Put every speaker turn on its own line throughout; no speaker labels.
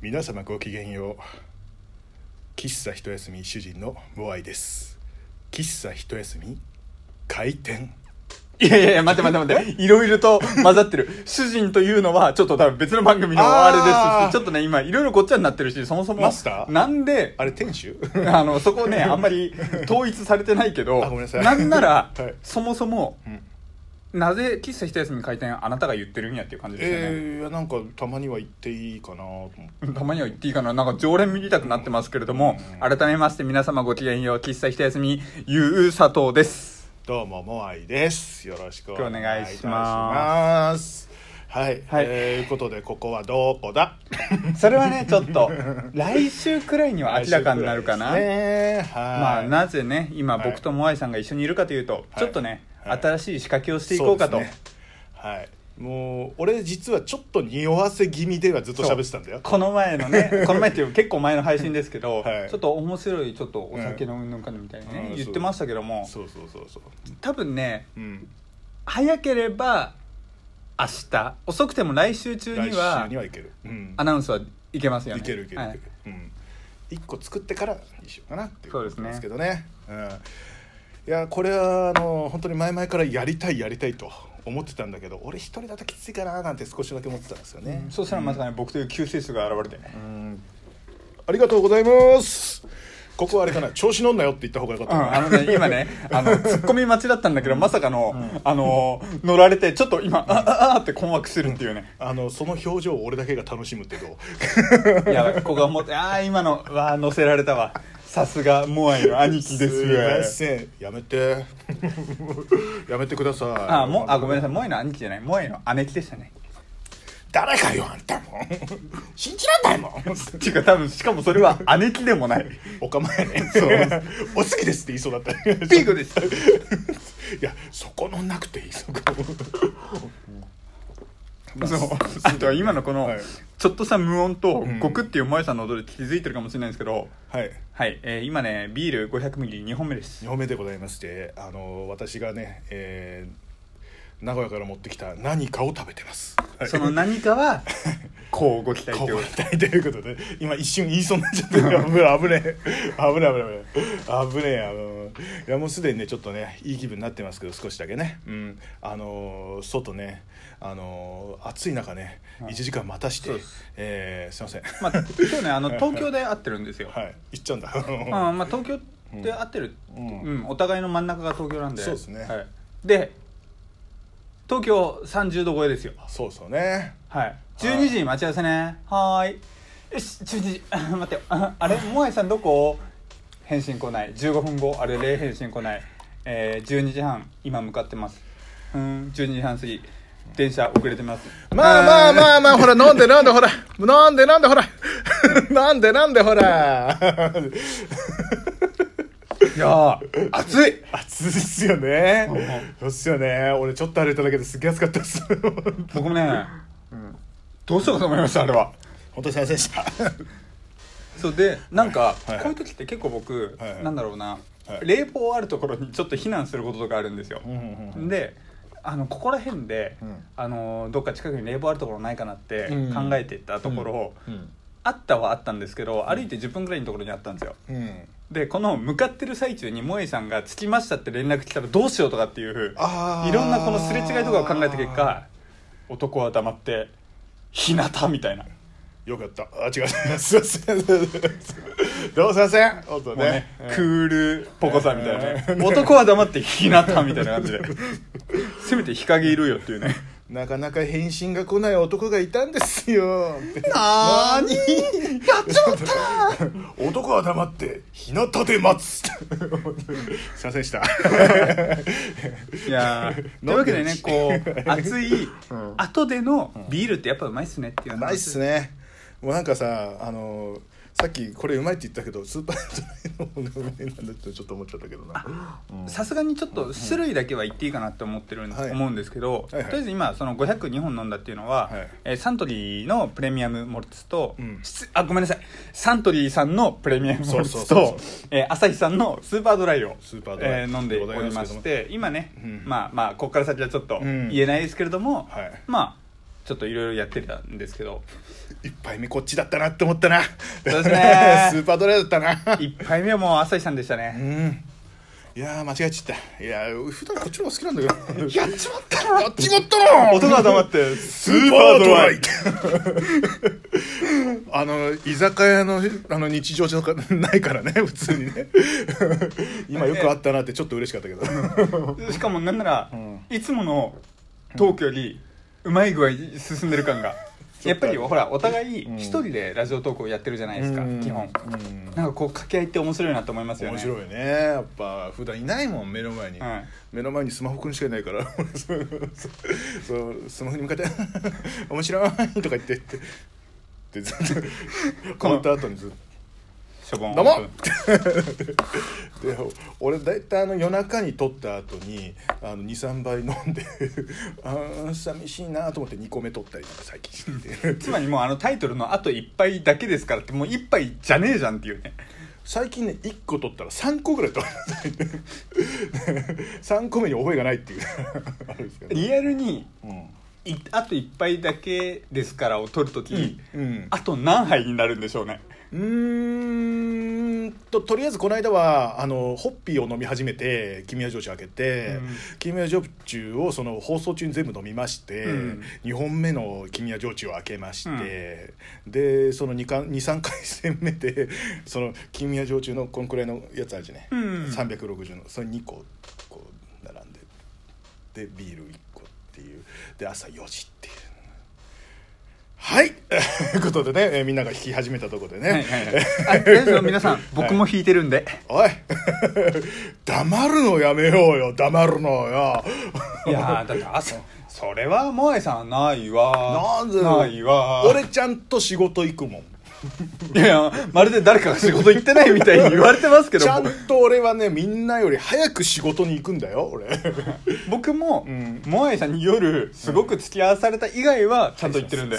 皆様ごきげんよう喫茶一休み主人のモアイです喫茶一休み開店
いやいやいや、待って待って待って。いろいろと混ざってる。主人というのは、ちょっと多分別の番組のあれ
あ
で
ー
すし、ちょっとね、今、いろいろごっちゃになってるし、そもそも、
マスター
なんで、
あれ店主
あの、そこ ね、あんまり統一されてないけど、
あごめんなさい
んなら、
はい
そもそも、
ん
なぜ喫茶一休み開店あなたが言ってるんやっていう感じですよね。
えー、なんかたまには行っていいかなと思って
たまには言っていいかななんか常連見りたくなってますけれども、改めまして皆様ごきげんよう、喫茶一休み、ゆう佐 藤です。
どうもモアイですよろしくお願いいたし
お願いしま
ますはい、
はい
えー、いうことでここはどこだ
それはね、ちょっと、来週くらいには明らかになるかな。
ねはい
まあ、なぜね今
はい
僕とモアイさんが一緒にいるかというと、ちょっとね、
はい
新しい仕掛けをしていこうかと
そですねはいもう俺実はちょっと匂わせ気味ではずっと喋ってたんだよ
この前 のねこの前っていう結構前の配信ですけど、
はい
ちょっと面白いちょっとお酒のうんぬんかんぬんみたいにね、
うん
言ってましたけども
そうそうそうそう
多分ね
うん
早ければ明日遅くても来週中
来
に
週
は
にはいけるうん
アナウンスはいけますよね
いけるいけるいけ
は
るうん一個作ってからにしようかなっていう
そう
こ
で
と
す
なん
ね
ですけどねうんいやこれはあの本当に前々からやりたいやりたいと思ってたんだけど俺一人だときついかななんて少しだけ思ってたんですよね
そうしたらまさかね僕という救世主が現れてね
うんありがとうございますここはあれかな調子乗んなよって言った方がよかっ
う
た
ん、
か
あ
な
の ね、今ね、あの、ツッコミ待ちだったんだけど、まさかの、あの、乗られて、ちょっと今、あ、あ、あって困惑するっていうね。
あのその表情を俺だけが楽しむってどう
いや、ここが思って、ああ、今の、わあ、乗せられたわ。さすが、モアイの兄貴ですす
いま
よ。
せんやめてやめてください
あ、も、あ、ごめんなさい、モアイの兄貴じゃない、モアイの姉貴でしたね。
誰かよあんたも 信じらんないもん
っていうか、多分、しかもそれは姉貴でもない。
お構い ね
そう
お好きですって言いそうだった
ピークです。
いやそこのなくていいそこ
そう。あとは今のこの
はい、
ちょっとした無音と
ん、
ゴクっていうモアイさんの音で気づいてるかもしれないんですけど、
はい
はい、えー今ね、ビール500ミリ2本目です
2。本目でございましてあの私がね、えー名古屋から持ってきた何かを食べてます、はい、
その何か は、こうご期待
顔
という
が
ことで。
痛いということで今一瞬言いそうになっ ちゃって危ない危ねえ危ない危ない危ねえ危ねえあのいやもうすでにねちょっとねいい気分になってますけど少しだけねうんあのー外ねあのー暑い中ね1時間待たして、
そうです
えーすいません
まあ、今日ね、あの、東京で会ってるんですよ。
はい行っちゃうんだ
まあ、まあ、東京で会ってる、
う
うんんお互いの真ん中が東京なんで
そうですね
はい、で東京30度超えですよ
そうそうね
はい12時に待ち合わせねはーいよし12時 待ってよああれモアイさんどこ返信来ない15分後あれ0返信来ない、えー、12時半今向かってますうん12時半過ぎ電車遅れてます
まあまあ
あ
まあまあ、ほら、飲んで飲んでほら、 飲んで飲んでほ ら、飲んで飲んでほら。
ーいやー暑 い
暑いっすよね。そうっすよね。俺ちょっと歩いただけですげえ暑かったっ す。本
僕もね、どうしようかと思いましたあれは
当に先生でした。
そうでなんか、
はい
こういう時って結構僕、
はいはい
なんだろうな、
はい
冷房あるところにちょっと避難することとかあるんですよ、
ん
であのここら辺で、
うん
あのどっか近くに冷房あるところないかなって
うん
考えてったところ、
うん。
あったはあったんですけど歩いて10分ぐらいのところにあったんですよ
うん。
でこの向かってる最中に萌えさんが着きましたって連絡来たらどうしようとかっていう
あー
いろんなこのすれ違いとかを考えた結果男は黙って日向みたいな
よかった。あ、違う。すいません。どうもすいません。本当
もうね
ね。、
クールポコさんみたいな
うん
ね男は黙って日向みたいな感じでせめて日陰いるよっていうね
なかなか返信が来ない男がいたんですよ。
なーにやっちまっ
男は黙って日向で待つすいませんでした
たいやーというわけでねこう熱い後でのビールってやっぱうまいっすねっていう
う
話
まいっすねもうなんかさあのーさっきこれうまいって言ったけどスーパーじゃないのがうまいなんだってちょっと思っちゃったけどな
さすがにちょっと種類だけは言っていいかなって思ってるん、
はい
思うんですけど、
はいはい
とりあえず今その502本飲んだっていうのは、
はい
えーサントリーのプレミアムモルツと、
うん
失あごめんなさいサントリーさんのプレミアムモ
そう
ルツ
そうそ
と
う
えーアサヒさんのスーパードライを
スーパードライ
えー飲んでおりまして今ね、
うん
まあまあここから先はちょっと
うん
言えないですけれども、
はい
まあちょっといろいろやってたんですけど
一杯目こっちだったなって思ったな
そうですね
スーパードライだったな
一杯目はもう朝日さんでしたね
うんいやー間違えちゃったいやー普段こっちの方が好きなんだけど
やっちまっ た
やっちまったな
音が黙って
スーパードライ あの居酒屋のあの日常じゃないからね 普通にね今よくあったなってちょっと嬉しかったけど
しかもなんなら、
ん
いつものトークよりうまい具合に進んで る感が
と
やっぱりほらお互い
ん
一人でラジオトークをやってるじゃないですか、
うん
基本、
うん
なんかこう掛け合いって面白いなと思いますよね
面白いねやっぱ普段いないもん目の前に、
うん
目の前にスマホくんしかいないから そうそうスマホに向かって 「面白い」とか言ってってでずっと 変わった後にずっと
しょ
「
ぼん
どうも!」 で俺大体あの夜中に撮った後にあの23杯飲んで あー寂しいなと思って2個目撮ったりとか最近してて
つまりもうあのタイトルのあと一杯だけですからってもう一杯じゃねえじゃんっていうね
最近ね1個取ったら3個ぐらい取らない3 個目に覚えがないっていう あれですけどね
リアルに
うん
いあと一杯だけですからを取るとき、
うん
あと何杯になるんでしょうね
うーんととりあえずこの間はあのホッピーを飲み始めて君は上司開けて、
うん
君は上中をその放送中に全部飲みまして、
うん
2本目の君は上中を開けまして、でその23回戦目でその君は上中のこんくらいのやつあるじゃね、
うん
360のそれ2個こう並んででビール1個っていうで朝4時っていう。はい、 ということでね、えーみんなが弾き始めたところでね、
はいはいはいあ大丈夫皆さん僕も弾いてるんで、
おい 黙るのやめようよ黙るのよ
い、やーだって朝それはモアイさんないわ
なんで
ないわ
俺ちゃんと仕事行くもん
いやいやまるで誰かが仕事行ってないみたいに言われてますけど
ちゃんと俺はねみんなより早く仕事に行くんだよ俺
僕も、
ん
モアイさんに夜すごく付き合わされた以外はちゃんと行ってるんで、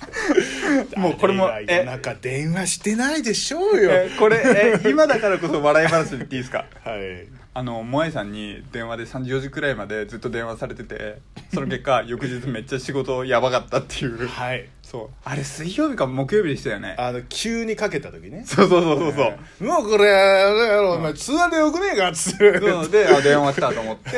もうこれも
あ
え
夜中電話してないでしょうよ
えこれえ今だからこそ笑い話で言っていいですか
はい
あのモアイさんに電話で3時4時くらいまでずっと電話されててその結 果翌日めっちゃ仕事やばかったっていう
はい
そうあれ水曜日か木曜日でしたよね
あの急にかけた時ね
そうそうそうそうそう
もうこれあれやろお前通話でよくねえかっつって
そうであ電話来たと思って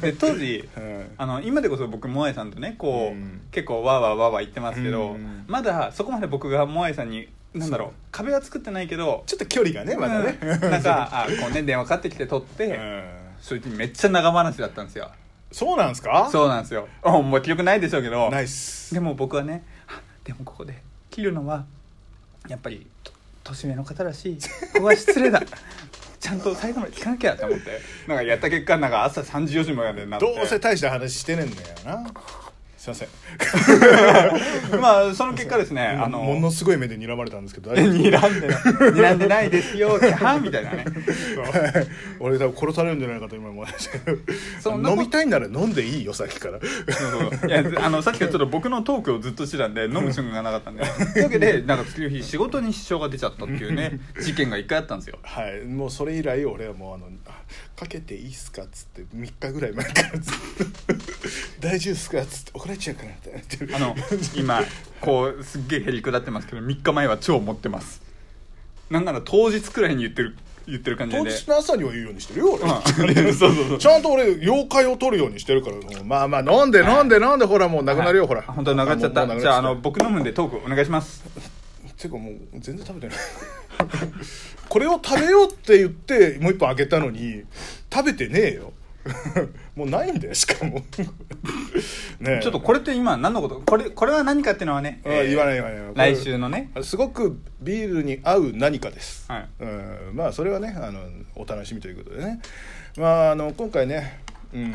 で当時、
うん
あの今でこそ僕モアイさんとねこう、
うん
結構わーわーわーわー言ってますけど、
うん
まだそこまで僕がモアイさんになんだろう壁は作ってないけど
ちょっと距離がねまだね、
うんなんかあこうね電話かかってきて取って、
うん
それでめっちゃ長話だったんですよ
そうなんですか
そうなんですよあもう記憶ないでしょうけど
ナイス
でも僕はね あでもここで切るのはやっぱりと年上の方らしいここは失礼だ ちゃんと最後まで聞かなきゃと思ってなんかやった結果なんか朝3時4時までになって
どうせ大した話してねえんだよなすいません
まあその結果ですねあ
あ
の
のものすごい目で睨まれたんです けど大丈夫
睨んでない 睨んでないですよキャハンみた いなね
俺多分殺されるんじゃないかと今思いましたけど
そんなこと
飲みたいなら飲んでいいよさっきから
そうそういやあのさっきからちょっと僕のトークをずっとしてたんで飲む瞬間がなかったんでというわけでなんか次の日仕事に支障が出ちゃったってい うね事件が一回あったんですよ
はいもうそれ以来俺はもうあのあ「かけていいっすか?」っつって3日ぐらい前からずっと「 大丈夫っすか?」っつって怒られちゃうからって
あの今こうすっげえへりくだってますけど3日前は超持ってますなんなら当日くらいに言ってる言ってる感じで
当日の朝には言うようにしてるよ俺、
うん そうそうそう
ちゃんと俺妖怪を取るようにしてるからもうまあまあ飲んで飲んで飲んでほらもうなくなるよ、ほら
あ本当に流れちゃっ
もうも
た
う
じゃああ
もう
の
流れち
僕飲むんでトークお願いします
ゃったていうかもう全然食べてないこれを食べようって言ってもう一本開けたのに食べてねえよ もうないんだよしか もねえ
ちょっとこれって今何のことこれこれは何かっていうのはね、
あ言わない言わない言わない
来週のね
すごくビールに合う何かです、
はい
うん、まあそれはねあのお楽しみということでねまああの今回ねうん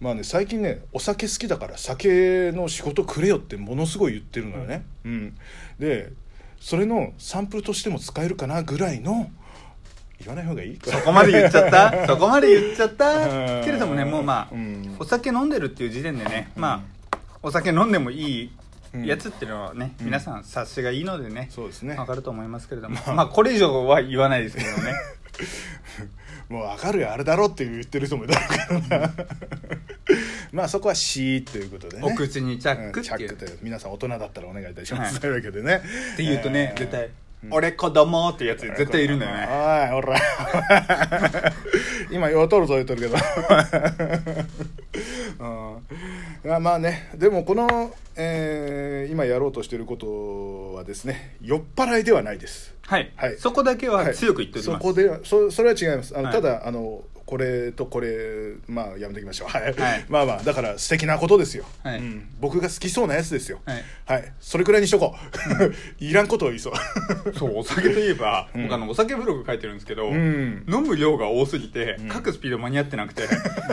まあね最近ねお酒好きだから酒の仕事くれよってものすごい言ってるのよね、うん、でそれのサンプルとしても使えるかなぐらいの言わない方がいい
そこまで言っちゃっ たそこまで言っちゃった
うん
けれどもねもうまあ、
うん
お酒飲んでるっていう時点でね、まあお酒飲んでもいい
うん
やつっていうのはね、
うん
皆さん察しがいいのでね
そうですね
わかると思いますけれども、まあこれ以上は言わないですけどね
もう分かるよあれだろって言ってる人もいるだろうからな まあそこは「し」ということでね
お口にチャ
う
ッ
ん
クっ
チ
て
ャ
い
ッ
う、
ク
っ
という皆さん大人だったらお願いいたします、
はい
というわけでね
て言うとね、
えー
絶対「俺子供」っていうやつ絶対いるんだよ
お
ね
いほら 今ようとるぞ言うとるけど、 うん、まあまあねでもこの、えー今やろうとしてることはですね酔っ払いではないです
はい、
はい
そこだけ
は
はい強く言っており
そ
ます、
こではそそれは違いますあの、
はい
ただあのこれとこれまあやめておきましょうはい、
はい
まあまあだから素敵なことですよ、
はい
うん、僕が好きそうなやつですよ
はい、
それくらいにしとこう いらんことを言い そう
そうお酒といえば、僕あのお酒ブログ書いてるんですけど、
ん
飲む量が多すぎて、書くスピード間に合ってなくて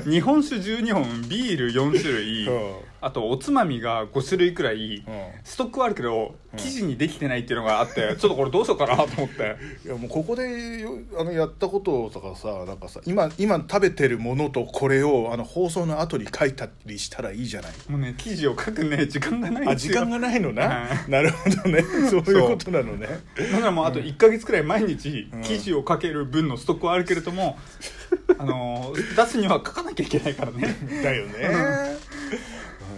日本酒12本ビール4種類
うん
あとおつまみが5種類くらい、
ん
ストックはあるけど生地にできてないっていうのがあって、ちょっとこれどうしようかなと思 って
いやもうここでよあのやったこととかさなんかさ今今食べてるものとこれをあの放送の後に書いたりしたらいいじゃない
もうね生地を書くね時間がないん
あ
です
時
よ
間がないのな
は
なるほど ねそういうことなのね
だからもうあと1か月くらい毎日
ん
記事を書ける分のストックはあるけれど も、あのー出すには書かなきゃいけないからね
だよね、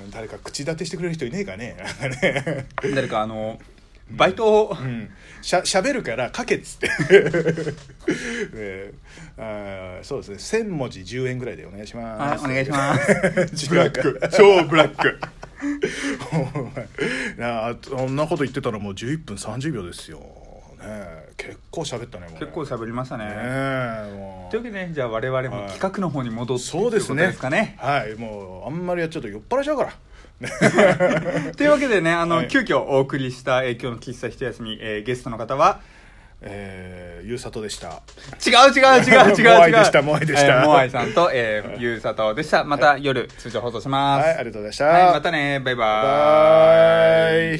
うん、誰か口立てしてくれる人いねえかね なんかね
誰かあのーバイトを
うんしゃしゃべるから書けっつって、 えーあーそうですね1000文字10円ぐらいでお願いし
は
ま
いお
す
願いしま す
す
ブラック超ブラック
お前なあそんなこと言ってたらもう11分30秒ですよ、ねえ、結構喋ったねもうね
結構喋りましたね
ねえも
という
う
わけでねじゃあ我々も企画の方に戻って
そうです
と
ね
いうことですかね
はいもうあんまりやっちゃうと酔っ払いちゃうからね
というわけでねあの、
はい
急遽お送りした影響の喫茶一休み、えーゲストの方は
えー、ゆうさとでした
違う 違う違う違う違う
モアイでしたモアイでした
えーモアイさんと、えーゆうさとでしたまた夜通常放送します、
はいありがとうございました、
はい、またね。バイバーイ。
バイバイ